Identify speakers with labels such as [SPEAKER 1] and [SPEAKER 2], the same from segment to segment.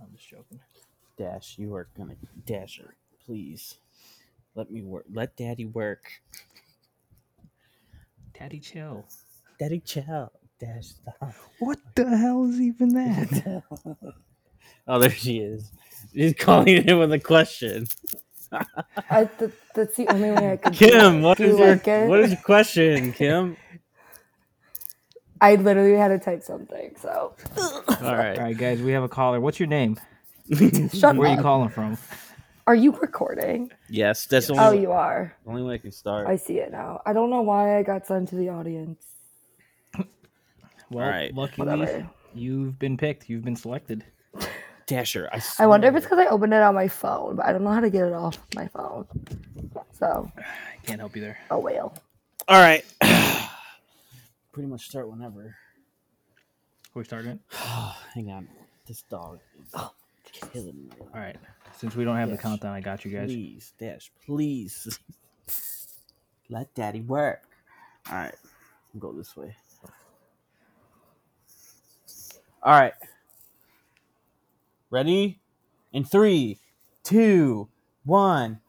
[SPEAKER 1] I'm just joking.
[SPEAKER 2] Dash, you are gonna Dasher, please. Let me work. Let Daddy work.
[SPEAKER 1] Daddy chill.
[SPEAKER 2] Daddy chill. Dash, stop.
[SPEAKER 1] What the hell is even that?
[SPEAKER 2] oh, there she is. She's calling it in with a question.
[SPEAKER 3] I, th- that's the only way I could. do
[SPEAKER 2] Kim,
[SPEAKER 3] it.
[SPEAKER 2] what
[SPEAKER 3] Do
[SPEAKER 2] is
[SPEAKER 3] you
[SPEAKER 2] your
[SPEAKER 3] like it?
[SPEAKER 2] what is your question, Kim?
[SPEAKER 3] I literally had to type something. So
[SPEAKER 2] All
[SPEAKER 1] All
[SPEAKER 2] right.
[SPEAKER 1] right, guys, we have a caller. What's your name?
[SPEAKER 3] shut
[SPEAKER 1] Where are you
[SPEAKER 3] up.
[SPEAKER 1] calling from?
[SPEAKER 3] Are you recording?
[SPEAKER 2] Yes, that's the
[SPEAKER 1] Yes.
[SPEAKER 3] Oh,
[SPEAKER 2] only,
[SPEAKER 3] you are.
[SPEAKER 2] only way I can start.
[SPEAKER 3] I see it now. I don't know why I got sent to the audience.
[SPEAKER 1] Well,
[SPEAKER 2] right.
[SPEAKER 1] luckily,
[SPEAKER 3] Whatever.
[SPEAKER 1] you've been picked. You've been selected.
[SPEAKER 2] Dasher, I.
[SPEAKER 3] I wonder if
[SPEAKER 2] swear.
[SPEAKER 3] it's because I opened it on my phone, but I don't know how to get it off my phone. So,
[SPEAKER 1] I can't help you there.
[SPEAKER 3] oh well.
[SPEAKER 2] All right. Pretty much start whenever.
[SPEAKER 1] Are we starting it?
[SPEAKER 2] Hang on. This dog is
[SPEAKER 3] Oh.
[SPEAKER 2] killing me.
[SPEAKER 1] All right. Since we don't have the
[SPEAKER 2] Yes.
[SPEAKER 1] countdown, I got you guys.
[SPEAKER 2] Please, Dash, please. Let daddy work. All right. Go this way. All right. Ready? In three, two, one.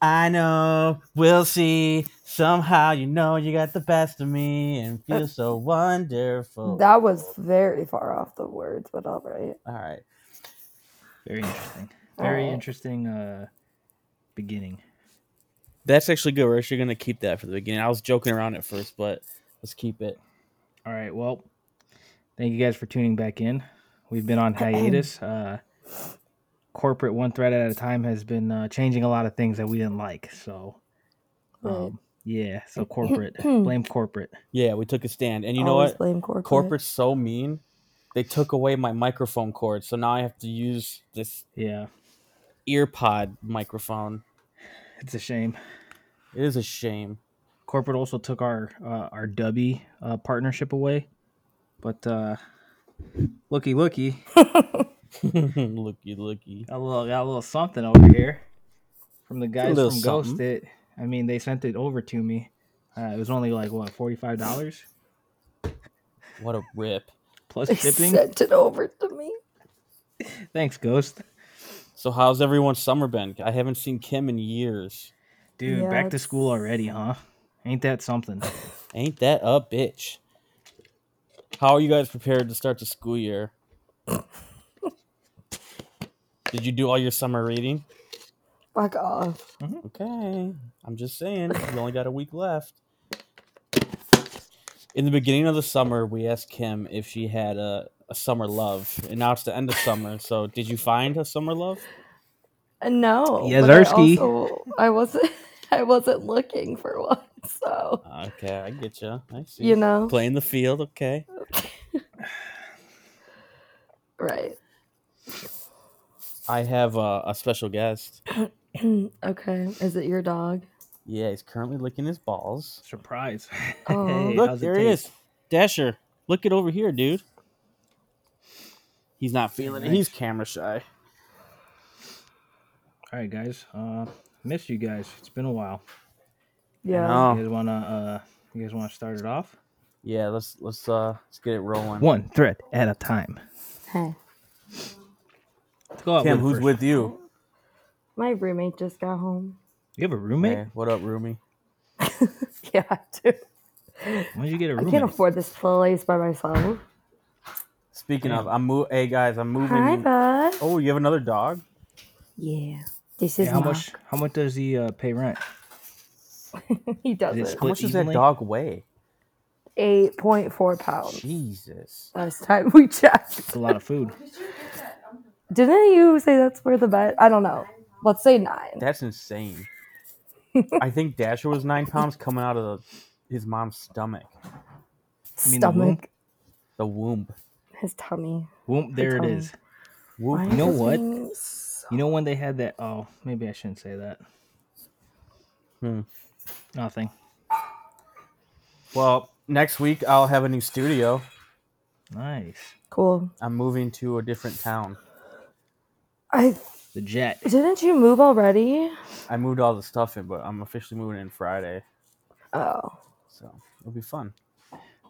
[SPEAKER 2] I know, we'll see. Somehow you know you got the best of me and feel so wonderful.
[SPEAKER 3] That was very far off the words, but all right.
[SPEAKER 2] All right.
[SPEAKER 1] Very interesting.
[SPEAKER 3] All
[SPEAKER 1] Very
[SPEAKER 2] Oh.
[SPEAKER 3] right.
[SPEAKER 1] interesting uh beginning.
[SPEAKER 2] That's actually good. We're actually going to keep that for the beginning. I was joking around at first, but let's keep it.
[SPEAKER 1] All right. Well, thank you guys for tuning back in. We've been on hiatus. Uh corporate one thread at a time has been uh, changing a lot of things that we didn't like. So,
[SPEAKER 3] Right.
[SPEAKER 1] um yeah, so corporate, blame corporate.
[SPEAKER 2] Yeah, we took a stand. And you know
[SPEAKER 3] Always
[SPEAKER 2] what?
[SPEAKER 3] blame corporate.
[SPEAKER 2] Corporate's so mean. They took away my microphone cord, so now I have to use this
[SPEAKER 1] Yeah.
[SPEAKER 2] ear pod microphone.
[SPEAKER 1] It's a shame.
[SPEAKER 2] It is a shame.
[SPEAKER 1] Corporate also took our uh, our Dubby uh, partnership away. But uh looky looky,
[SPEAKER 2] looky, looky.
[SPEAKER 1] Got a little, got a little something over here from the guys
[SPEAKER 2] little
[SPEAKER 1] from
[SPEAKER 2] something.
[SPEAKER 1] Ghosted. I mean, they sent it over to me. Uh, it was only like what forty five dollars
[SPEAKER 2] What a rip.
[SPEAKER 1] plus
[SPEAKER 3] They
[SPEAKER 1] shipping.
[SPEAKER 3] sent it over to me.
[SPEAKER 1] Thanks, Ghost.
[SPEAKER 2] So how's everyone's summer been? I haven't seen Kim in years.
[SPEAKER 1] Dude,
[SPEAKER 3] Yeah,
[SPEAKER 1] back to school
[SPEAKER 3] it's-
[SPEAKER 1] already, huh? Ain't that something?
[SPEAKER 2] Ain't that a bitch? How are you guys prepared to start the school year? Did you do all your summer reading?
[SPEAKER 3] Fuck off.
[SPEAKER 2] Okay. I'm just saying, you only got a week left. In the beginning of the summer, we asked Kim if she had a, a summer love, and now it's the end of summer. So, did you find a summer love?
[SPEAKER 3] And Uh, No.
[SPEAKER 1] Yes,
[SPEAKER 3] but I
[SPEAKER 1] Ersky.
[SPEAKER 3] also, I wasn't, I wasn't looking for one. So,
[SPEAKER 2] Okay, I get you. I see.
[SPEAKER 3] you know,
[SPEAKER 2] Playing the field, okay.
[SPEAKER 3] right.
[SPEAKER 2] I have a, a special guest.
[SPEAKER 3] okay. Is it your dog?
[SPEAKER 2] Yeah, he's currently licking his balls.
[SPEAKER 1] Surprise!
[SPEAKER 3] Oh.
[SPEAKER 1] hey,
[SPEAKER 2] Look,
[SPEAKER 1] how's it
[SPEAKER 2] there he
[SPEAKER 1] taste?
[SPEAKER 2] is. Dasher, look it over here, dude. He's not feeling it. He's
[SPEAKER 1] Nice.
[SPEAKER 2] camera shy.
[SPEAKER 1] All right, guys. Uh, missed you guys. It's been a while.
[SPEAKER 3] Yeah.
[SPEAKER 1] You
[SPEAKER 2] Oh,
[SPEAKER 1] guys wanna? Uh, you guys wanna start it off?
[SPEAKER 2] yeah. Let's let's uh let's get it rolling.
[SPEAKER 1] One thread at a time.
[SPEAKER 3] Hey.
[SPEAKER 1] Let's go out
[SPEAKER 2] Kim,
[SPEAKER 1] with
[SPEAKER 2] who's
[SPEAKER 1] first.
[SPEAKER 2] with you?
[SPEAKER 3] My roommate just got home.
[SPEAKER 1] You have a roommate?
[SPEAKER 2] Hey, what up, Rumi?
[SPEAKER 3] Yeah, I do.
[SPEAKER 1] When did you get a
[SPEAKER 3] I
[SPEAKER 1] roommate?
[SPEAKER 3] can't afford this place by myself.
[SPEAKER 2] Speaking of,
[SPEAKER 1] Damn.
[SPEAKER 2] I'm mo- hey guys, I'm
[SPEAKER 3] Hi,
[SPEAKER 2] moving.
[SPEAKER 3] bud.
[SPEAKER 2] Oh, you have another dog?
[SPEAKER 3] Yeah. This
[SPEAKER 1] Hey,
[SPEAKER 3] is
[SPEAKER 1] how
[SPEAKER 3] Mark.
[SPEAKER 1] much? How much does he uh, pay rent?
[SPEAKER 3] he
[SPEAKER 1] Is
[SPEAKER 3] doesn't.
[SPEAKER 1] it
[SPEAKER 2] How much does that
[SPEAKER 1] evenly?
[SPEAKER 2] dog weigh?
[SPEAKER 3] 8.4 pounds.
[SPEAKER 2] Jesus.
[SPEAKER 3] Last time we checked.
[SPEAKER 1] It's a lot of food.
[SPEAKER 3] Didn't you say that's where the vet? I don't know. Let's say nine.
[SPEAKER 2] That's insane. I think Dasher was nine pounds coming out of the, his mom's stomach,
[SPEAKER 1] You mean the womb?
[SPEAKER 3] Stomach.
[SPEAKER 2] the womb.
[SPEAKER 3] His tummy.
[SPEAKER 1] Boom! There it
[SPEAKER 3] tummy.
[SPEAKER 1] is.
[SPEAKER 2] Whoop.
[SPEAKER 3] Why
[SPEAKER 1] You know
[SPEAKER 3] is his
[SPEAKER 1] what?
[SPEAKER 3] wing so-
[SPEAKER 1] You know when they had that? Oh, maybe I shouldn't say that.
[SPEAKER 2] Hmm.
[SPEAKER 1] Nothing.
[SPEAKER 2] Well, next week I'll have a new studio.
[SPEAKER 1] Nice.
[SPEAKER 3] Cool.
[SPEAKER 2] I'm moving to a different town.
[SPEAKER 3] I
[SPEAKER 1] The jet.
[SPEAKER 3] didn't you move already?
[SPEAKER 2] I moved all the stuff in, but I'm officially moving in Friday,
[SPEAKER 3] Oh.
[SPEAKER 2] so it'll be fun.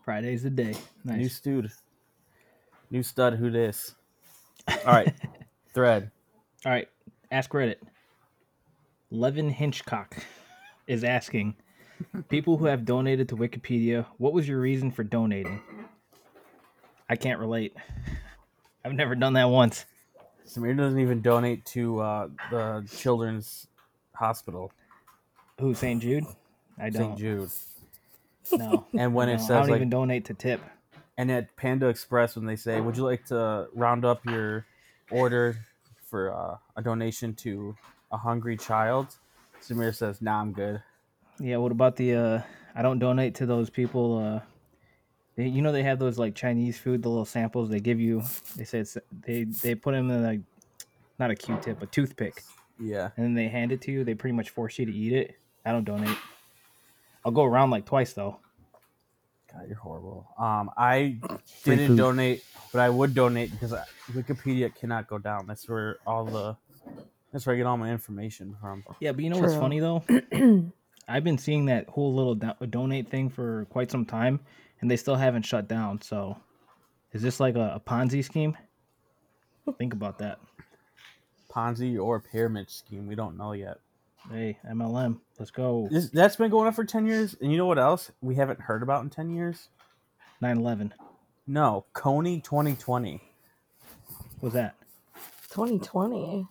[SPEAKER 1] Friday's the day.
[SPEAKER 2] New
[SPEAKER 1] Nice.
[SPEAKER 2] stud, new stud. Who this? All right, thread.
[SPEAKER 1] All right, ask Reddit. Levin Hinchcock is asking people who have donated to Wikipedia, what was your reason for donating? I can't relate. I've never done that once.
[SPEAKER 2] Samir doesn't even donate to uh, the children's hospital,
[SPEAKER 1] Who, St. Jude? I
[SPEAKER 2] St.
[SPEAKER 1] don't.
[SPEAKER 2] Jude.
[SPEAKER 1] No.
[SPEAKER 2] And when
[SPEAKER 1] no,
[SPEAKER 2] it
[SPEAKER 1] I
[SPEAKER 2] says
[SPEAKER 1] don't
[SPEAKER 2] like,
[SPEAKER 1] even donate to tip.
[SPEAKER 2] and at Panda Express, when they say, "Would you like to round up your order for uh, a donation to a hungry child?" Samir says, "Nah, I'm good."
[SPEAKER 1] Yeah, what about the uh I don't donate to those people uh they, you know they have those like Chinese food the little samples they give you. They said it's- they they put them in like not a Q-tip, a toothpick
[SPEAKER 2] Yeah.
[SPEAKER 1] and then they hand it to you. They pretty much force you to eat it. I don't donate. I'll go around like twice though.
[SPEAKER 2] God, you're horrible. Um, I
[SPEAKER 1] Free
[SPEAKER 2] didn't
[SPEAKER 1] food.
[SPEAKER 2] donate, but I would donate because I, Wikipedia cannot go down. That's where all the that's where I get all my information from.
[SPEAKER 1] Yeah, but you know what's
[SPEAKER 3] True.
[SPEAKER 1] funny though? I've been seeing that whole little do- donate thing for quite some time and they still haven't shut down. So is this like a, a Ponzi scheme? Think about that.
[SPEAKER 2] Ponzi or pyramid scheme, we don't know yet.
[SPEAKER 1] Hey, MLM, let's go.
[SPEAKER 2] This, that's been going on for ten years, and you know what else we haven't heard about in ten years?
[SPEAKER 1] 9/11.
[SPEAKER 2] No, Coney 2020.
[SPEAKER 1] What's that?
[SPEAKER 3] 2020,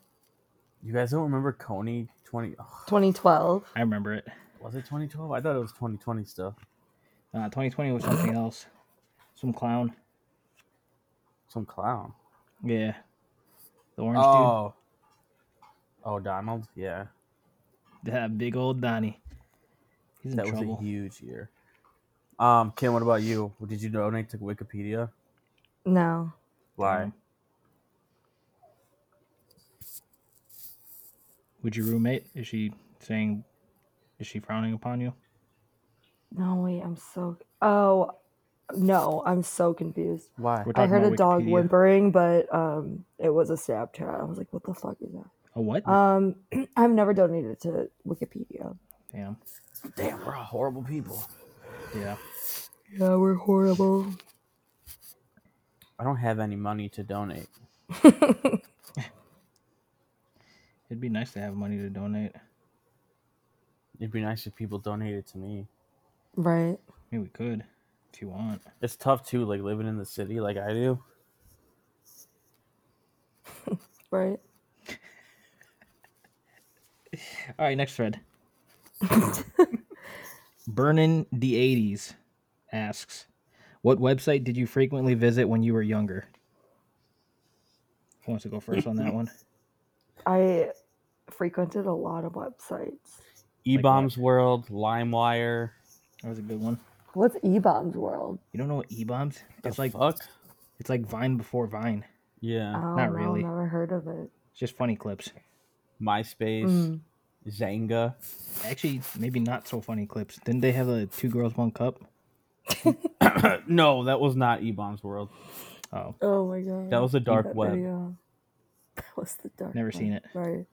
[SPEAKER 2] You guys don't remember Coney 20? Ugh,
[SPEAKER 3] 2012.
[SPEAKER 1] I remember it.
[SPEAKER 2] was it 2012? I thought it was 2020 still.
[SPEAKER 1] Uh, 2020 was something else. Some clown.
[SPEAKER 2] Some clown.
[SPEAKER 1] Yeah. The orange
[SPEAKER 2] Oh. Oh, Donald. Yeah,
[SPEAKER 1] dude. That big old Donnie. He's in
[SPEAKER 2] that was
[SPEAKER 1] trouble.
[SPEAKER 2] a huge year. Um, Kim, what about you? Did you donate to Wikipedia?
[SPEAKER 3] No,
[SPEAKER 2] Why?
[SPEAKER 1] Um, Would your roommate? Is she saying? Is she frowning upon you?
[SPEAKER 3] no, wait, I'm so. Oh, no, I'm so confused.
[SPEAKER 2] Why?
[SPEAKER 1] We're
[SPEAKER 3] I
[SPEAKER 1] talking
[SPEAKER 3] heard
[SPEAKER 1] about
[SPEAKER 3] a dog
[SPEAKER 1] Wikipedia.
[SPEAKER 3] whimpering, but um, it was a Snapchat. I was like, what the fuck is that?
[SPEAKER 1] A what?
[SPEAKER 3] Um, I've never donated to Wikipedia.
[SPEAKER 1] Damn.
[SPEAKER 2] Damn, we're all horrible people.
[SPEAKER 1] Yeah.
[SPEAKER 3] Yeah, we're horrible.
[SPEAKER 2] I don't have any money to donate.
[SPEAKER 1] It'd be nice to have money to donate.
[SPEAKER 2] It'd be nice if people donated to me.
[SPEAKER 3] Right.
[SPEAKER 1] Maybe we could, if you want.
[SPEAKER 2] It's tough too, like living in the city, like I do.
[SPEAKER 3] Right.
[SPEAKER 1] All right, next thread. Burnin the eighties asks, "What website did you frequently visit when you were younger?" Who wants to go first on that one?
[SPEAKER 3] I frequented a lot of websites.
[SPEAKER 2] E Bombs World, LimeWire.
[SPEAKER 1] That was a good one.
[SPEAKER 3] What's Ebon's World?
[SPEAKER 1] You don't know what e-bombs?
[SPEAKER 2] The
[SPEAKER 1] It's like
[SPEAKER 2] fuck.
[SPEAKER 1] it's like Vine before Vine.
[SPEAKER 2] Yeah,
[SPEAKER 3] oh,
[SPEAKER 1] Uh, not
[SPEAKER 3] no,
[SPEAKER 1] really.
[SPEAKER 3] Never heard of it.
[SPEAKER 1] It's just funny clips.
[SPEAKER 2] MySpace,
[SPEAKER 3] Mm.
[SPEAKER 2] Zanga.
[SPEAKER 1] Actually, maybe not so funny clips. Didn't they have a two girls one cup?
[SPEAKER 2] no, that was not E Bombs World.
[SPEAKER 1] Oh,
[SPEAKER 3] Oh my god.
[SPEAKER 2] That was the dark
[SPEAKER 3] That
[SPEAKER 2] web.
[SPEAKER 3] video. That was the dark.
[SPEAKER 1] Never
[SPEAKER 3] web.
[SPEAKER 1] seen it.
[SPEAKER 3] Right.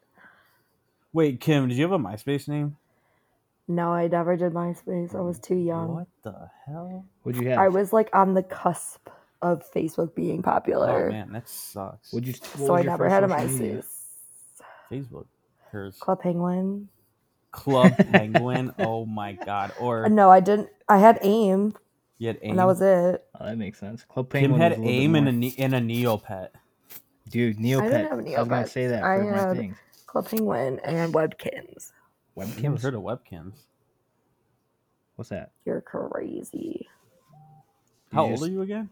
[SPEAKER 2] Wait, Kim, did you have a MySpace name?
[SPEAKER 3] No, I never did MySpace. I was too young.
[SPEAKER 2] What the hell?
[SPEAKER 1] what'd you have?
[SPEAKER 3] I was like on the cusp of Facebook being popular,
[SPEAKER 2] Oh man, that sucks.
[SPEAKER 1] What'd you? What
[SPEAKER 3] so
[SPEAKER 1] was
[SPEAKER 3] I
[SPEAKER 1] your
[SPEAKER 3] never
[SPEAKER 1] first
[SPEAKER 3] had a
[SPEAKER 1] social media?
[SPEAKER 3] MySpace.
[SPEAKER 2] Facebook. Hers.
[SPEAKER 3] Club Penguin.
[SPEAKER 2] Club Penguin. Oh my god. Or
[SPEAKER 3] Uh, No, I didn't. I had AIM,
[SPEAKER 2] you had AIM.
[SPEAKER 3] and that was it.
[SPEAKER 1] Oh, that makes sense. Club
[SPEAKER 2] Kim
[SPEAKER 1] Penguin
[SPEAKER 2] had
[SPEAKER 1] was a little bit
[SPEAKER 2] AIM and a,
[SPEAKER 1] more-
[SPEAKER 2] ne- and a Neopet.
[SPEAKER 1] Dude, Neopet. I,
[SPEAKER 3] didn't have
[SPEAKER 1] was gonna
[SPEAKER 3] Neopets.
[SPEAKER 1] say that
[SPEAKER 3] I
[SPEAKER 1] for my
[SPEAKER 3] had-
[SPEAKER 1] things.
[SPEAKER 3] Club Penguin and Webkins.
[SPEAKER 2] I've never
[SPEAKER 1] Webcams.
[SPEAKER 2] heard of webcams.
[SPEAKER 1] What's that?
[SPEAKER 3] You're crazy.
[SPEAKER 1] Did
[SPEAKER 2] How
[SPEAKER 1] you
[SPEAKER 2] old
[SPEAKER 1] just-
[SPEAKER 2] are you again?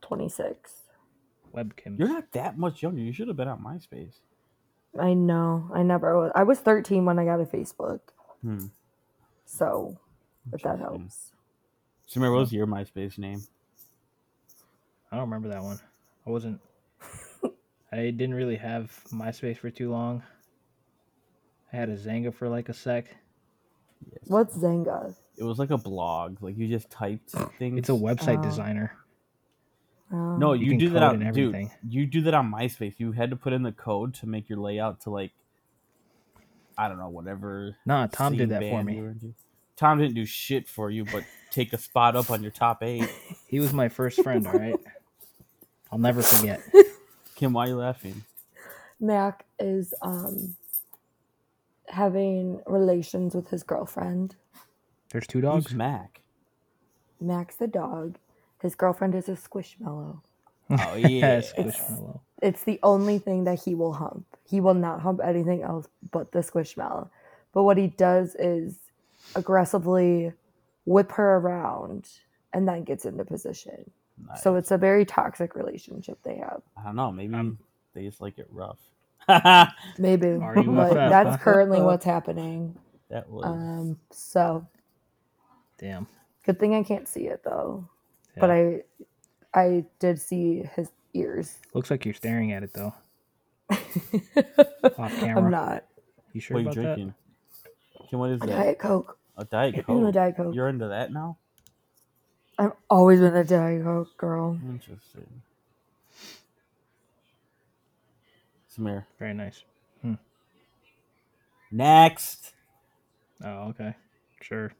[SPEAKER 3] 26.
[SPEAKER 1] Webcams.
[SPEAKER 2] You're not that much younger. You should have been on MySpace.
[SPEAKER 3] I know. I never was. I was 13 when I got a Facebook.
[SPEAKER 2] Hmm.
[SPEAKER 3] So, if that
[SPEAKER 2] Interesting.
[SPEAKER 3] helps.
[SPEAKER 2] So remember, what was your MySpace name?
[SPEAKER 1] I don't remember that one. I wasn't. I didn't really have MySpace for too long. I had a Zanga for like a sec.
[SPEAKER 2] Yes.
[SPEAKER 3] What's Zanga?
[SPEAKER 2] It was like a blog. Like you just typed things.
[SPEAKER 1] It's a website
[SPEAKER 2] uh,
[SPEAKER 3] Oh.
[SPEAKER 1] designer.
[SPEAKER 3] Um,
[SPEAKER 2] No,
[SPEAKER 1] You
[SPEAKER 2] you,
[SPEAKER 1] can
[SPEAKER 2] do that
[SPEAKER 1] code and
[SPEAKER 2] on dude.
[SPEAKER 1] everything.
[SPEAKER 2] You do that on MySpace. You had to put in the code to make your layout to like, I don't know, whatever.
[SPEAKER 1] Nah, Tom
[SPEAKER 2] scene
[SPEAKER 1] did that for
[SPEAKER 2] band
[SPEAKER 1] me.
[SPEAKER 2] you were into. Tom didn't do shit for you, but take a spot up on your top eight.
[SPEAKER 1] He was my first friend. All right, I'll never forget.
[SPEAKER 2] Kim, why are you laughing?
[SPEAKER 3] Mac is um having relations with his girlfriend.
[SPEAKER 1] There's two
[SPEAKER 2] Who's
[SPEAKER 1] dogs.
[SPEAKER 2] Mac?
[SPEAKER 3] Mac's the dog. His girlfriend is a squishmallow.
[SPEAKER 2] Oh yeah.
[SPEAKER 1] Squishmallow.
[SPEAKER 3] It's the only thing that he will hump. He will not hump anything else but the squishmallow. But what he does is aggressively whip her around and then gets into position. So
[SPEAKER 2] Nice.
[SPEAKER 3] it's a very toxic relationship they have.
[SPEAKER 2] I don't know. Maybe
[SPEAKER 1] Um,
[SPEAKER 2] they just like it rough.
[SPEAKER 3] Maybe.
[SPEAKER 1] Are you
[SPEAKER 3] But
[SPEAKER 1] with that?
[SPEAKER 3] that's currently what's happening.
[SPEAKER 2] that was
[SPEAKER 3] Um, so
[SPEAKER 1] Damn.
[SPEAKER 3] good thing I can't see it though. But
[SPEAKER 1] Yeah.
[SPEAKER 3] I I did see his ears.
[SPEAKER 1] Looks like you're staring at it though. camera.
[SPEAKER 3] I'm not.
[SPEAKER 1] You sure
[SPEAKER 2] what are you
[SPEAKER 1] about
[SPEAKER 2] drinking? Kim, what is
[SPEAKER 3] A
[SPEAKER 2] that?
[SPEAKER 3] Diet Coke.
[SPEAKER 2] A diet
[SPEAKER 3] I'm a
[SPEAKER 2] coke.
[SPEAKER 3] Diet Coke.
[SPEAKER 2] You're into that now?
[SPEAKER 3] I've always been a Diet Coke girl.
[SPEAKER 2] Interesting. Samir.
[SPEAKER 1] that? Very nice.
[SPEAKER 2] Next.
[SPEAKER 1] Oh, okay. Sure.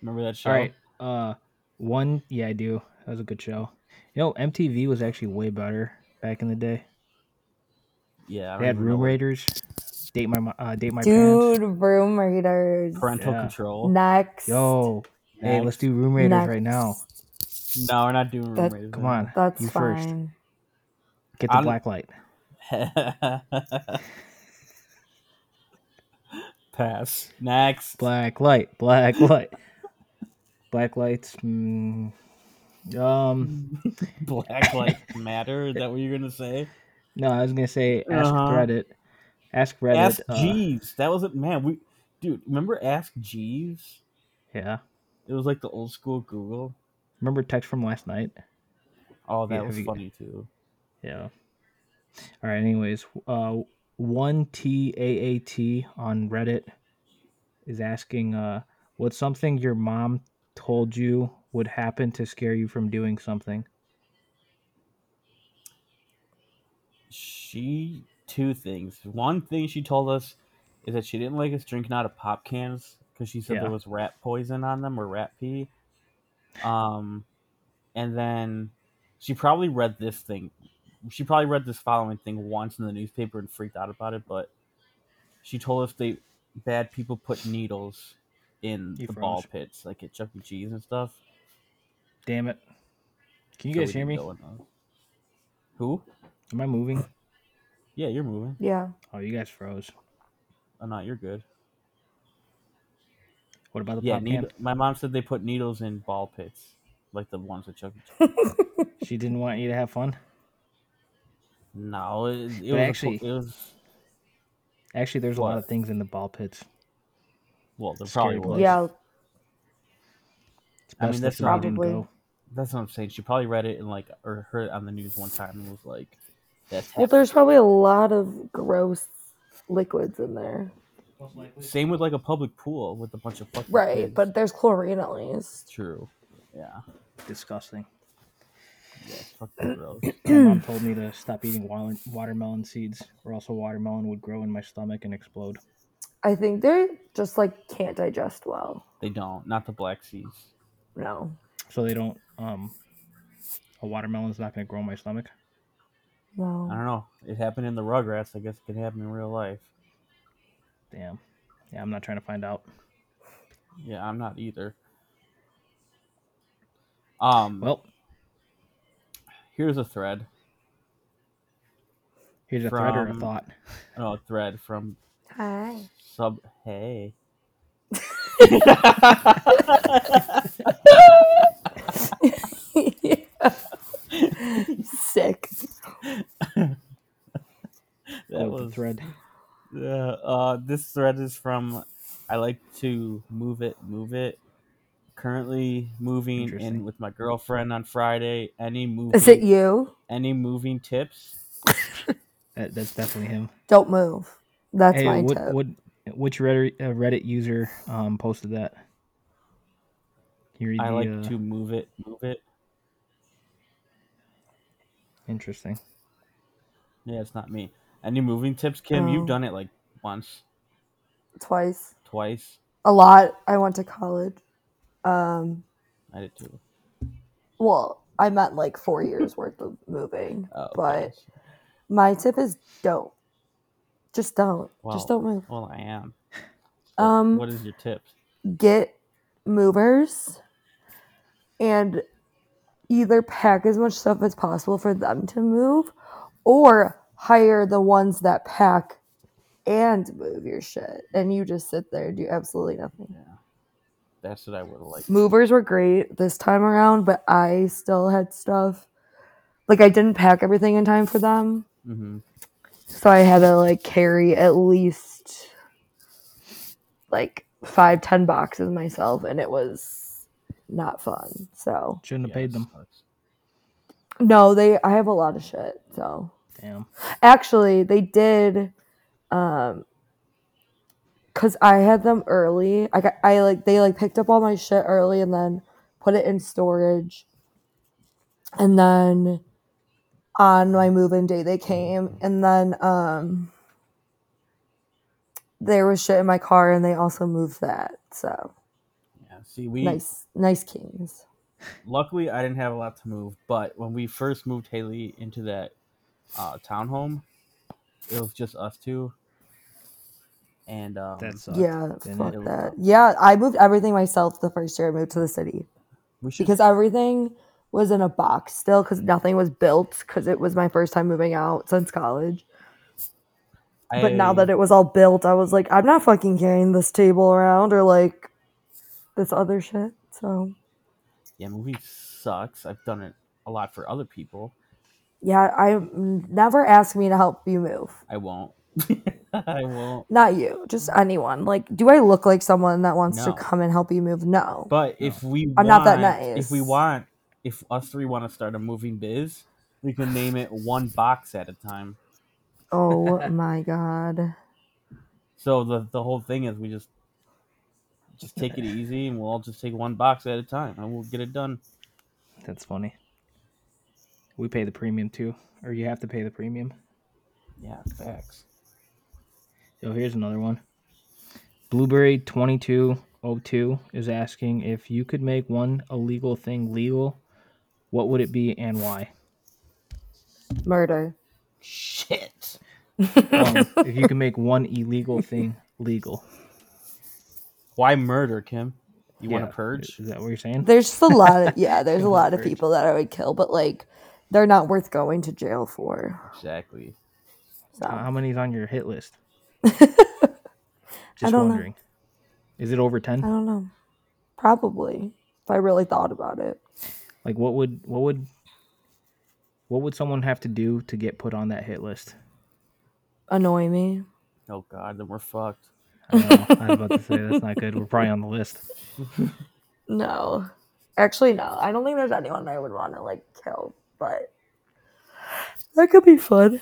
[SPEAKER 2] Remember that show?
[SPEAKER 1] All right. Uh, one. Yeah, I do. That was a good show. You know, MTV was actually way better back in the day.
[SPEAKER 2] Yeah. I
[SPEAKER 1] They had
[SPEAKER 2] remember
[SPEAKER 1] Room
[SPEAKER 2] what-
[SPEAKER 1] Raiders, Date My Mo- uh, Date My Parents.
[SPEAKER 3] Dude, Room Raiders.
[SPEAKER 2] Parental
[SPEAKER 1] Yeah.
[SPEAKER 2] control.
[SPEAKER 3] Next.
[SPEAKER 1] Yo, hey, let's do Room Raiders right now.
[SPEAKER 2] No, we're not doing room
[SPEAKER 3] That-
[SPEAKER 2] raiders.
[SPEAKER 1] Come on,
[SPEAKER 3] That's
[SPEAKER 1] you first.
[SPEAKER 3] fine.
[SPEAKER 1] Get the
[SPEAKER 2] I'm-
[SPEAKER 1] black light.
[SPEAKER 2] Pass. Next.
[SPEAKER 1] Black light. Black light. black lights. Mm, um.
[SPEAKER 2] Black light matter. Is that what you're gonna say?
[SPEAKER 1] No, I was gonna say ask
[SPEAKER 2] Uh-huh.
[SPEAKER 1] Reddit. Ask Reddit.
[SPEAKER 2] Ask
[SPEAKER 1] uh,
[SPEAKER 2] Jeeves. That wasn't man. We dude. Remember Ask Jeeves?
[SPEAKER 1] yeah.
[SPEAKER 2] It was like the old school Google.
[SPEAKER 1] Remember text from last night?
[SPEAKER 2] Oh, that
[SPEAKER 1] Yeah,
[SPEAKER 2] was
[SPEAKER 1] have you-
[SPEAKER 2] funny too.
[SPEAKER 1] Yeah. All right. Anyways, uh, one T A A T on Reddit is asking, uh, what's something your mom told you would happen to scare you from doing something?
[SPEAKER 2] She two things. One thing she told us is that she didn't like us drinking out of pop cans because she said
[SPEAKER 1] Yeah.
[SPEAKER 2] there was rat poison on them or rat pee. Um, and then she probably read this thing. She probably read this following thing once in the newspaper and freaked out about it. But she told us they bad people put needles in
[SPEAKER 1] You
[SPEAKER 2] the
[SPEAKER 1] froze.
[SPEAKER 2] ball pits, like at Chuck E. Cheese and stuff.
[SPEAKER 1] Damn it! Can you
[SPEAKER 2] So
[SPEAKER 1] guys
[SPEAKER 2] we
[SPEAKER 1] hear
[SPEAKER 2] didn't
[SPEAKER 1] me?
[SPEAKER 2] go in those. Who?
[SPEAKER 1] Am I moving?
[SPEAKER 2] Yeah, you're moving.
[SPEAKER 3] Yeah.
[SPEAKER 1] Oh, you guys froze.
[SPEAKER 2] Oh no, you're good.
[SPEAKER 1] What about the
[SPEAKER 2] Yeah,
[SPEAKER 1] pop can?
[SPEAKER 2] need- my mom said they put needles in ball pits, like the ones at Chuck E. Cheese.
[SPEAKER 1] She didn't want you to have fun.
[SPEAKER 2] No, it, it was a
[SPEAKER 1] But
[SPEAKER 2] po-
[SPEAKER 1] actually-
[SPEAKER 2] it was
[SPEAKER 1] Actually, there's a lot
[SPEAKER 2] What?
[SPEAKER 1] of things in the ball pits.
[SPEAKER 2] well, there
[SPEAKER 1] Scary
[SPEAKER 2] probably was.
[SPEAKER 1] place.
[SPEAKER 3] Yeah.
[SPEAKER 1] It's
[SPEAKER 2] I mean, that's
[SPEAKER 1] best that's probably didn't
[SPEAKER 3] probably-
[SPEAKER 1] go.
[SPEAKER 2] That's what I'm saying. She probably read it and like or heard it on the news one time and was like, "That's
[SPEAKER 3] Well,
[SPEAKER 2] happening."
[SPEAKER 3] there's probably a lot of gross liquids in there.
[SPEAKER 2] same with like a public pool with a bunch of fucking
[SPEAKER 3] Right.
[SPEAKER 2] kids.
[SPEAKER 3] But there's chlorine at least.
[SPEAKER 2] true. Yeah,
[SPEAKER 1] Disgusting.
[SPEAKER 2] yeah, it's fucking gross.
[SPEAKER 1] My mom told me to stop eating water- watermelon seeds, or else a watermelon would grow in my stomach and explode.
[SPEAKER 3] I think they just like can't digest well.
[SPEAKER 2] They don't. Not the black seeds.
[SPEAKER 3] No.
[SPEAKER 1] So they don't. Um, a watermelon's not going to grow in my stomach.
[SPEAKER 3] No.
[SPEAKER 2] I don't know. It happened in the Rugrats. I guess it can happen in real life.
[SPEAKER 1] Damn. Yeah, I'm not trying to find out.
[SPEAKER 2] Yeah, I'm not either. Um,
[SPEAKER 1] Well,
[SPEAKER 2] here's a thread.
[SPEAKER 1] here's a thread or a
[SPEAKER 2] From-
[SPEAKER 1] thought.
[SPEAKER 2] No, oh, a thread from
[SPEAKER 3] Hi.
[SPEAKER 2] sub. Hey.
[SPEAKER 3] Sick.
[SPEAKER 2] That
[SPEAKER 1] Quote the
[SPEAKER 2] was
[SPEAKER 1] thread.
[SPEAKER 2] Yeah, uh, this thread is from I like to move it, move it. Currently moving in
[SPEAKER 1] Interesting.
[SPEAKER 2] with my girlfriend on Friday. Any moving
[SPEAKER 3] Is it you?
[SPEAKER 2] any moving tips?
[SPEAKER 1] That, that's definitely him.
[SPEAKER 3] Don't move. That's
[SPEAKER 1] hey,
[SPEAKER 3] my
[SPEAKER 1] what,
[SPEAKER 3] tip.
[SPEAKER 1] what, which Reddit, uh, Reddit user um, posted that? Can You read
[SPEAKER 2] I
[SPEAKER 1] the,
[SPEAKER 2] like
[SPEAKER 1] uh,
[SPEAKER 2] to move it, move it.
[SPEAKER 1] Interesting.
[SPEAKER 2] Yeah, it's not me. Any moving tips, Kim?
[SPEAKER 3] Oh.
[SPEAKER 2] You've done it like once,
[SPEAKER 3] Twice.
[SPEAKER 2] twice.
[SPEAKER 3] A lot. I went to college. Um
[SPEAKER 2] I did too.
[SPEAKER 3] well, I meant like four years worth of moving.
[SPEAKER 2] Oh,
[SPEAKER 3] But
[SPEAKER 2] okay.
[SPEAKER 3] My tip is don't. Just don't.
[SPEAKER 2] Well,
[SPEAKER 3] Just don't move.
[SPEAKER 2] Well, I am. But
[SPEAKER 3] Um,
[SPEAKER 2] what is your tip?
[SPEAKER 3] get movers and either pack as much stuff as possible for them to move or hire the ones that pack and move your shit and you just sit there and do absolutely nothing.
[SPEAKER 2] Yeah, that's what I would have liked.
[SPEAKER 3] Movers were great this time around, but I still had stuff. Like I didn't pack everything in time for them,
[SPEAKER 2] Mm-hmm.
[SPEAKER 3] so I had to like carry at least like five, ten boxes myself, and it was not fun. So
[SPEAKER 1] Shouldn't have paid them.
[SPEAKER 3] no, they I have a lot of shit. So
[SPEAKER 1] Damn.
[SPEAKER 3] actually, they did, um, cause I had them early. I got I like they like picked up all my shit early and then put it in storage, and then on my move-in day they came, and then um, there was shit in my car, and they also moved that. So.
[SPEAKER 2] Yeah. See, we
[SPEAKER 3] Nice, nice kings.
[SPEAKER 2] luckily I didn't have a lot to move, but when we first moved Haley into that uh, townhome, it was just us two, and um,
[SPEAKER 1] That sucks.
[SPEAKER 3] yeah,
[SPEAKER 1] didn't
[SPEAKER 3] fuck
[SPEAKER 2] it was
[SPEAKER 3] that.
[SPEAKER 2] tough.
[SPEAKER 3] Yeah, I moved everything myself the first year I moved to the city
[SPEAKER 2] we should
[SPEAKER 3] because everything was in a box still because nothing was built because it was my first time moving out since college. But now that it was all built, I was like, I'm not fucking carrying this table around or like this other shit. So
[SPEAKER 2] yeah, movie sucks. I've done it a lot for other people.
[SPEAKER 3] yeah, I mm, never ask me to help you move.
[SPEAKER 2] I won't. I won't.
[SPEAKER 3] Not you, just anyone. Like, do I look like someone that wants
[SPEAKER 2] No.
[SPEAKER 3] to come and help you move? No.
[SPEAKER 2] But if we
[SPEAKER 3] I'm
[SPEAKER 2] want,
[SPEAKER 3] not that
[SPEAKER 2] if we
[SPEAKER 3] nice.
[SPEAKER 2] want, if us three want to start a moving biz, we can name it one box at a time.
[SPEAKER 3] oh my god.
[SPEAKER 2] So the the whole thing is we just just take it easy and we'll all just take one box at a time and we'll get it done.
[SPEAKER 1] That's funny. We pay the premium too, or you have to pay the premium.
[SPEAKER 2] Yeah, facts.
[SPEAKER 1] So here's another one. Blueberry 2202 is asking if you could make one illegal thing legal, what would it be and why?
[SPEAKER 3] Murder.
[SPEAKER 2] Shit.
[SPEAKER 1] Um, if you could make one illegal thing legal.
[SPEAKER 2] Why murder, Kim? You want
[SPEAKER 1] Yeah,
[SPEAKER 2] to purge?
[SPEAKER 1] Is that what you're saying?
[SPEAKER 3] There's just a lot of yeah, there's a lot of
[SPEAKER 1] Purge.
[SPEAKER 3] people that I would kill, but like they're not worth going to jail for.
[SPEAKER 2] Exactly.
[SPEAKER 3] So
[SPEAKER 1] How- How many's on your hit list? Just
[SPEAKER 3] don't know.
[SPEAKER 1] wondering. Is it over
[SPEAKER 3] I
[SPEAKER 1] 10?
[SPEAKER 3] don't know. Probably. If I really thought about it.
[SPEAKER 1] Like what would what would what would someone have to do to get put on that hit list?
[SPEAKER 3] Annoy me.
[SPEAKER 2] Oh God, then we're fucked.
[SPEAKER 1] I know. I was about to say that's not good. We're probably on the list.
[SPEAKER 3] No. Actually no. I don't think there's anyone I would want to like kill, but that could be fun.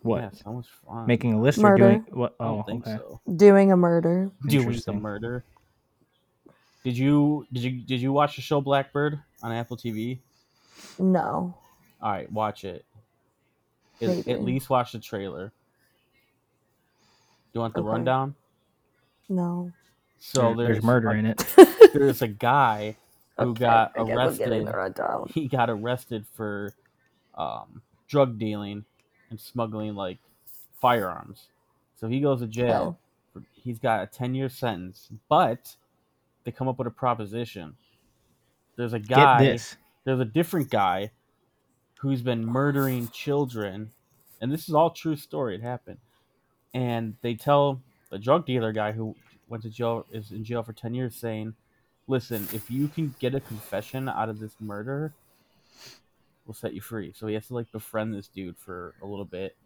[SPEAKER 1] What?
[SPEAKER 2] Yeah, sounds fun.
[SPEAKER 1] Making a list
[SPEAKER 3] Um, Murder.
[SPEAKER 1] or doing what?
[SPEAKER 2] I
[SPEAKER 1] Oh,
[SPEAKER 2] don't think
[SPEAKER 1] okay.
[SPEAKER 2] so.
[SPEAKER 3] Doing a murder.
[SPEAKER 2] Doing the
[SPEAKER 1] Interesting.
[SPEAKER 2] murder. Did you did you did you watch the show Blackbird on Apple TV?
[SPEAKER 3] No.
[SPEAKER 2] All right, watch it. At, at
[SPEAKER 3] Maybe.
[SPEAKER 2] least watch the trailer. You want the
[SPEAKER 3] Okay.
[SPEAKER 2] rundown?
[SPEAKER 3] No.
[SPEAKER 2] So
[SPEAKER 1] There-
[SPEAKER 2] there's,
[SPEAKER 1] there's murder in it.
[SPEAKER 2] A, there's a guy who
[SPEAKER 3] Okay,
[SPEAKER 2] got
[SPEAKER 3] I guess I'm
[SPEAKER 2] arrested.
[SPEAKER 3] getting the rundown.
[SPEAKER 2] He got arrested for um, drug dealing and smuggling like firearms. So he goes to jail. For, he's got a ten year sentence, but they come up with a proposition. There's a
[SPEAKER 1] Get
[SPEAKER 2] guy.
[SPEAKER 1] this.
[SPEAKER 2] there's a different guy who's been murdering children and this is all true story it happened and they tell the drug dealer guy who went to jail is in jail for 10 years saying listen if you can get a confession out of this murder we'll set you free so he has to like befriend this dude for a little bit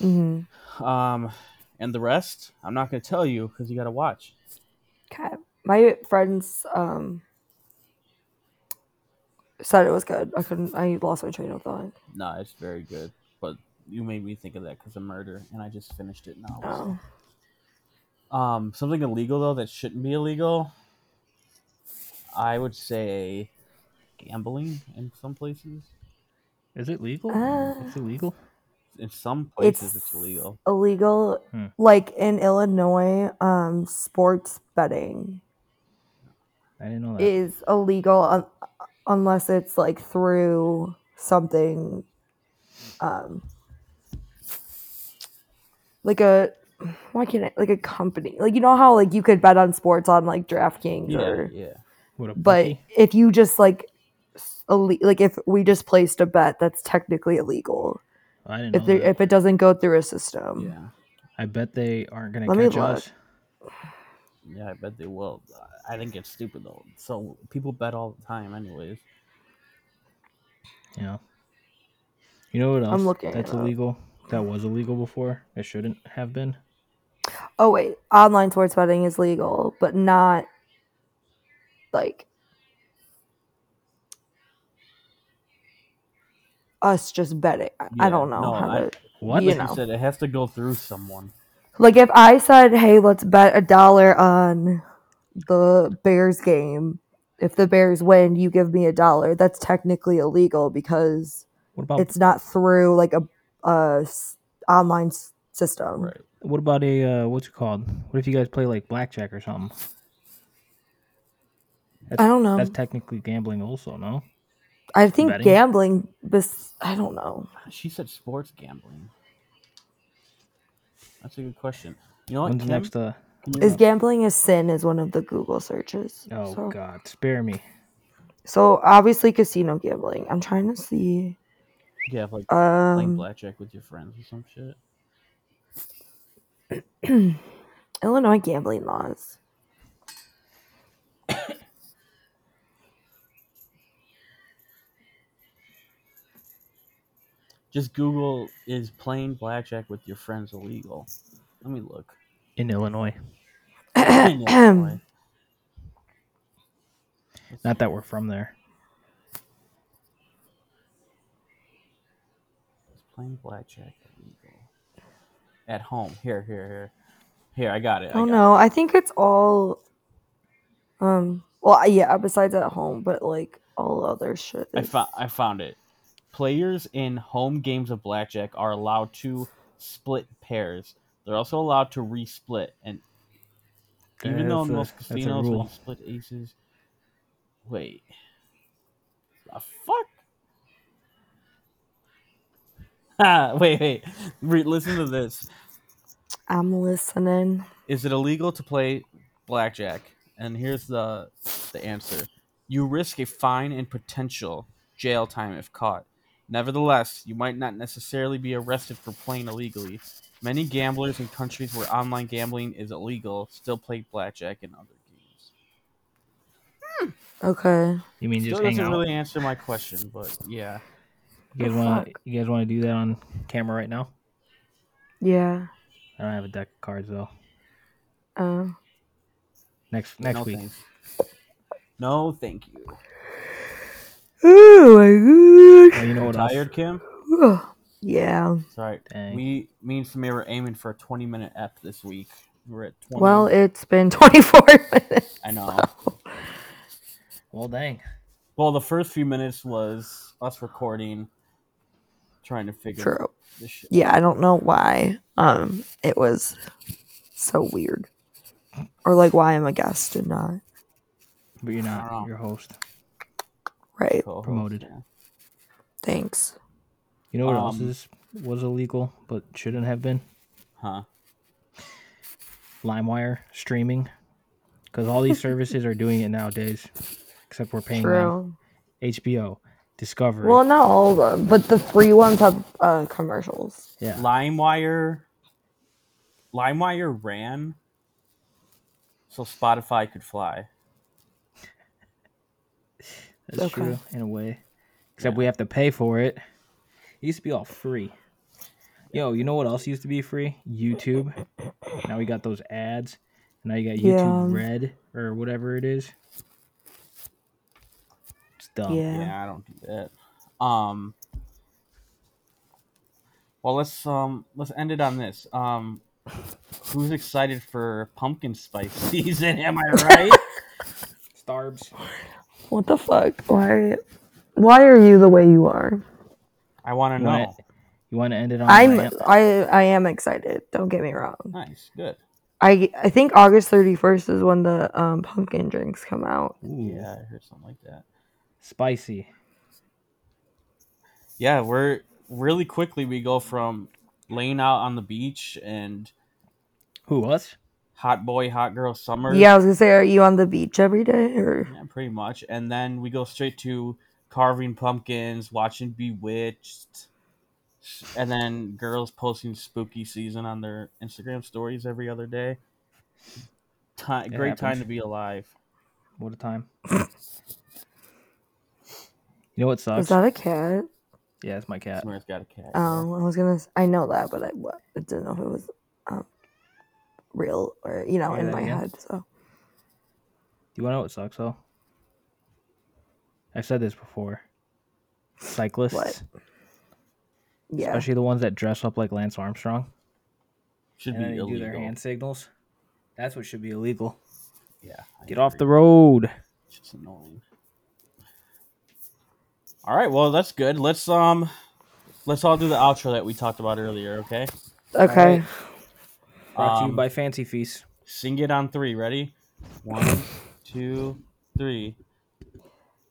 [SPEAKER 3] Mm-hmm.
[SPEAKER 2] um and the rest i'm not going to tell you because you got to watch
[SPEAKER 3] Okay. My friends um said it was good. I couldn't I lost my train of thought.
[SPEAKER 2] no it's very good but you made me think of that because of murder and i just finished it now so.
[SPEAKER 3] Oh.
[SPEAKER 2] Um, something illegal though that shouldn't be illegal. I would say gambling in some places.
[SPEAKER 1] Is it legal?
[SPEAKER 3] Uh,
[SPEAKER 1] it's illegal.
[SPEAKER 2] In some
[SPEAKER 3] It's,
[SPEAKER 2] places, it's, illegal.
[SPEAKER 3] illegal
[SPEAKER 1] Hmm.
[SPEAKER 3] like in Illinois, um sports betting
[SPEAKER 1] I didn't know that.
[SPEAKER 3] is illegal un- unless it's like through something um like a why can't I like a company? Like you know how like you could bet on sports on like DraftKings
[SPEAKER 2] Yeah,
[SPEAKER 3] or
[SPEAKER 2] yeah.
[SPEAKER 1] What a
[SPEAKER 3] but
[SPEAKER 1] bookie.
[SPEAKER 3] if you just like s- ille- like if we just placed a bet that's technically illegal
[SPEAKER 1] I didn't know
[SPEAKER 3] if they
[SPEAKER 1] that.
[SPEAKER 3] if it doesn't go through a system
[SPEAKER 2] Yeah.
[SPEAKER 1] I bet they aren't gonna
[SPEAKER 3] Let me
[SPEAKER 1] catch
[SPEAKER 3] look.
[SPEAKER 1] us.
[SPEAKER 2] Yeah, I bet they will. I think it's stupid though. So people bet all the time, anyways.
[SPEAKER 1] Yeah. You know what else?
[SPEAKER 3] I'm looking it
[SPEAKER 1] That's
[SPEAKER 3] up.
[SPEAKER 1] illegal. That was illegal before. It shouldn't have been.
[SPEAKER 3] oh wait online sports betting is legal but not like us just betting I- i
[SPEAKER 2] Yeah,
[SPEAKER 3] don't know
[SPEAKER 2] no,
[SPEAKER 3] how
[SPEAKER 2] I-
[SPEAKER 3] to
[SPEAKER 1] What?
[SPEAKER 3] You
[SPEAKER 2] Like
[SPEAKER 3] know.
[SPEAKER 2] you said, it has to go through someone.
[SPEAKER 3] Like if I said, "Hey, let's bet a dollar on the Bears game. If the Bears win, you give me a dollar." That's technically illegal because
[SPEAKER 1] What
[SPEAKER 2] Oh.
[SPEAKER 1] about
[SPEAKER 3] it's not through like a, a s- online s- system.
[SPEAKER 2] Right.
[SPEAKER 1] what about a uh, what's it called? What if you guys play like blackjack or something?
[SPEAKER 3] I don't know.
[SPEAKER 1] That's technically gambling, also. No.
[SPEAKER 3] I think
[SPEAKER 1] betting?
[SPEAKER 3] gambling. Bes- I don't know.
[SPEAKER 2] She said sports gambling. That's a good question. You know what?
[SPEAKER 1] When's
[SPEAKER 2] Kim?
[SPEAKER 1] next? Uh,
[SPEAKER 2] Can you-
[SPEAKER 3] Is gambling a sin? Is one of the Google searches.
[SPEAKER 1] oh
[SPEAKER 3] so,
[SPEAKER 1] God, spare me.
[SPEAKER 3] so obviously casino gambling. I'm trying to see.
[SPEAKER 2] yeah, like playing
[SPEAKER 3] Um,
[SPEAKER 2] blackjack with your friends or some shit.
[SPEAKER 3] Illinois gambling laws.
[SPEAKER 2] Just Google is playing blackjack with your friends illegal. Let me look.
[SPEAKER 1] In Illinois,
[SPEAKER 2] Illinois.
[SPEAKER 1] not that we're from there.
[SPEAKER 2] Is playing blackjack illegal? At home. Here, here, here. Here, I got it. I
[SPEAKER 3] Oh
[SPEAKER 2] got
[SPEAKER 3] no, I think it's all. Um. Well, I- yeah. Besides at home, but like all other shit.
[SPEAKER 2] I
[SPEAKER 3] is-
[SPEAKER 2] found I found it. Players in home games of blackjack are allowed to split pairs. They're also allowed to re-split, and even though
[SPEAKER 1] That's
[SPEAKER 2] in
[SPEAKER 1] a-
[SPEAKER 2] most
[SPEAKER 1] that's a
[SPEAKER 2] casinos when you
[SPEAKER 1] rule.
[SPEAKER 2] split aces, wait, the fuck? Ah, wait, wait. Re- listen to this.
[SPEAKER 3] I'm listening.
[SPEAKER 2] Is it illegal to play blackjack? And here's the the answer. You risk a fine and potential jail time if caught. Nevertheless, you might not necessarily be arrested for playing illegally. Many gamblers in countries where online gambling is illegal still play blackjack and other games.
[SPEAKER 3] Okay.
[SPEAKER 1] You mean just
[SPEAKER 2] Still
[SPEAKER 1] hang
[SPEAKER 2] doesn't
[SPEAKER 1] out?
[SPEAKER 2] really answer my question, but yeah.
[SPEAKER 1] you guys
[SPEAKER 3] The
[SPEAKER 1] want
[SPEAKER 3] fuck?
[SPEAKER 1] you guys want to do that on camera right now?
[SPEAKER 3] Yeah.
[SPEAKER 1] I don't have a deck of cards though.
[SPEAKER 3] Uh,
[SPEAKER 1] Next next
[SPEAKER 2] no
[SPEAKER 1] week.
[SPEAKER 2] thanks. No, thank you.
[SPEAKER 3] oh my
[SPEAKER 1] Well, you know what else?
[SPEAKER 2] Tired, Kim?
[SPEAKER 3] god. yeah.
[SPEAKER 2] Sorry.
[SPEAKER 1] Dang.
[SPEAKER 2] We, me and Samir were aiming for a 20 minute app this week. We're at 20.
[SPEAKER 3] Well, it's been 24 minutes.
[SPEAKER 2] I know.
[SPEAKER 1] well, dang.
[SPEAKER 2] Well, the first few minutes was us recording, trying to figure
[SPEAKER 3] True.
[SPEAKER 2] this shit.
[SPEAKER 3] Yeah, I don't know why. Um, it was so weird, or like why I'm a guest and not
[SPEAKER 1] But you're
[SPEAKER 2] I don't
[SPEAKER 1] not.
[SPEAKER 2] know.
[SPEAKER 1] You're host.
[SPEAKER 3] right.
[SPEAKER 2] Co-host,
[SPEAKER 1] Promoted.
[SPEAKER 2] yeah.
[SPEAKER 3] Thanks.
[SPEAKER 1] You know what else
[SPEAKER 2] Um,
[SPEAKER 1] is was illegal but shouldn't have been?
[SPEAKER 2] Huh?
[SPEAKER 1] LimeWire streaming, because all these services are doing it nowadays, except we're paying them.
[SPEAKER 3] True.
[SPEAKER 1] HBO, Discovery.
[SPEAKER 3] Well, not all of them, but the free ones have uh, commercials.
[SPEAKER 1] yeah,
[SPEAKER 2] LimeWire. LimeWire ran, so Spotify could fly.
[SPEAKER 1] that's
[SPEAKER 3] Okay.
[SPEAKER 1] true in a way. Except we have to pay for it. It used to be all free. Yo, you know what else used to be free? YouTube. Now we got those ads. Now you got YouTube
[SPEAKER 3] Yeah.
[SPEAKER 1] Red or whatever it is. It's dumb.
[SPEAKER 3] Yeah.
[SPEAKER 2] Yeah, I don't do that. Um. Well, let's um let's end it on this. Um, who's excited for pumpkin spice season? Am I right?
[SPEAKER 1] Starbs.
[SPEAKER 3] What the fuck? Why? Why are you the way you are?
[SPEAKER 2] I want to
[SPEAKER 1] You want
[SPEAKER 2] know.
[SPEAKER 1] to you want to end it on? a
[SPEAKER 3] I'm
[SPEAKER 1] rant?
[SPEAKER 3] Oh, I I am excited. Don't get me wrong.
[SPEAKER 2] Nice, good.
[SPEAKER 3] I I think August 31st is when the um, pumpkin drinks come out.
[SPEAKER 1] Ooh,
[SPEAKER 2] Yeah, I heard something like that.
[SPEAKER 1] spicy.
[SPEAKER 2] yeah we're really quickly we go from laying out on the beach and
[SPEAKER 1] Who was?
[SPEAKER 2] hot boy, hot girl summer.
[SPEAKER 3] Yeah, I was gonna say, are you on the beach every day or
[SPEAKER 2] Yeah, pretty much. And then we go straight to carving pumpkins, watching Bewitched, and then girls posting spooky season on their Instagram stories every other day. Ti-
[SPEAKER 1] It
[SPEAKER 2] great time
[SPEAKER 1] happens.
[SPEAKER 2] to be alive.
[SPEAKER 1] What a time. you know what
[SPEAKER 3] is
[SPEAKER 1] sucks?
[SPEAKER 3] that a cat?
[SPEAKER 1] yeah, it's my cat.
[SPEAKER 2] Samara's got a cat.
[SPEAKER 3] Um, I was gonna, s- I know that, but I, wa- I didn't know if it was um, real or you know
[SPEAKER 1] Say
[SPEAKER 3] in
[SPEAKER 1] that
[SPEAKER 3] my
[SPEAKER 1] again?
[SPEAKER 3] head. So
[SPEAKER 1] Do you want to know what sucks though? I've said this before. Cyclists,
[SPEAKER 3] yeah,
[SPEAKER 1] especially the ones that dress up like Lance Armstrong,
[SPEAKER 2] Should
[SPEAKER 1] and then
[SPEAKER 2] be
[SPEAKER 1] they do their
[SPEAKER 2] illegal.
[SPEAKER 1] hand signals. That's what should be illegal.
[SPEAKER 2] Yeah. I
[SPEAKER 1] Get off
[SPEAKER 2] agree.
[SPEAKER 1] the road.
[SPEAKER 2] It's just annoying. All right, well that's good. Let's um, let's all do the outro that we talked about earlier. Okay.
[SPEAKER 1] Alright.
[SPEAKER 3] okay.
[SPEAKER 1] Brought to
[SPEAKER 2] Um,
[SPEAKER 1] you by Fancy Feast.
[SPEAKER 2] Sing it on three. Ready? One, two, three.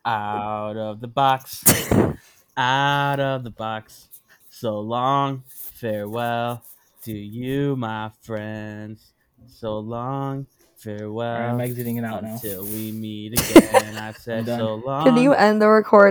[SPEAKER 2] Out of the box. Out of the box. So long. Farewell to you, my friends. So long. Farewell. uh,
[SPEAKER 1] I'm exiting it out now.
[SPEAKER 2] until we meet again. I
[SPEAKER 1] I'm
[SPEAKER 2] said
[SPEAKER 1] done.
[SPEAKER 2] so long.
[SPEAKER 3] Can you end the recording?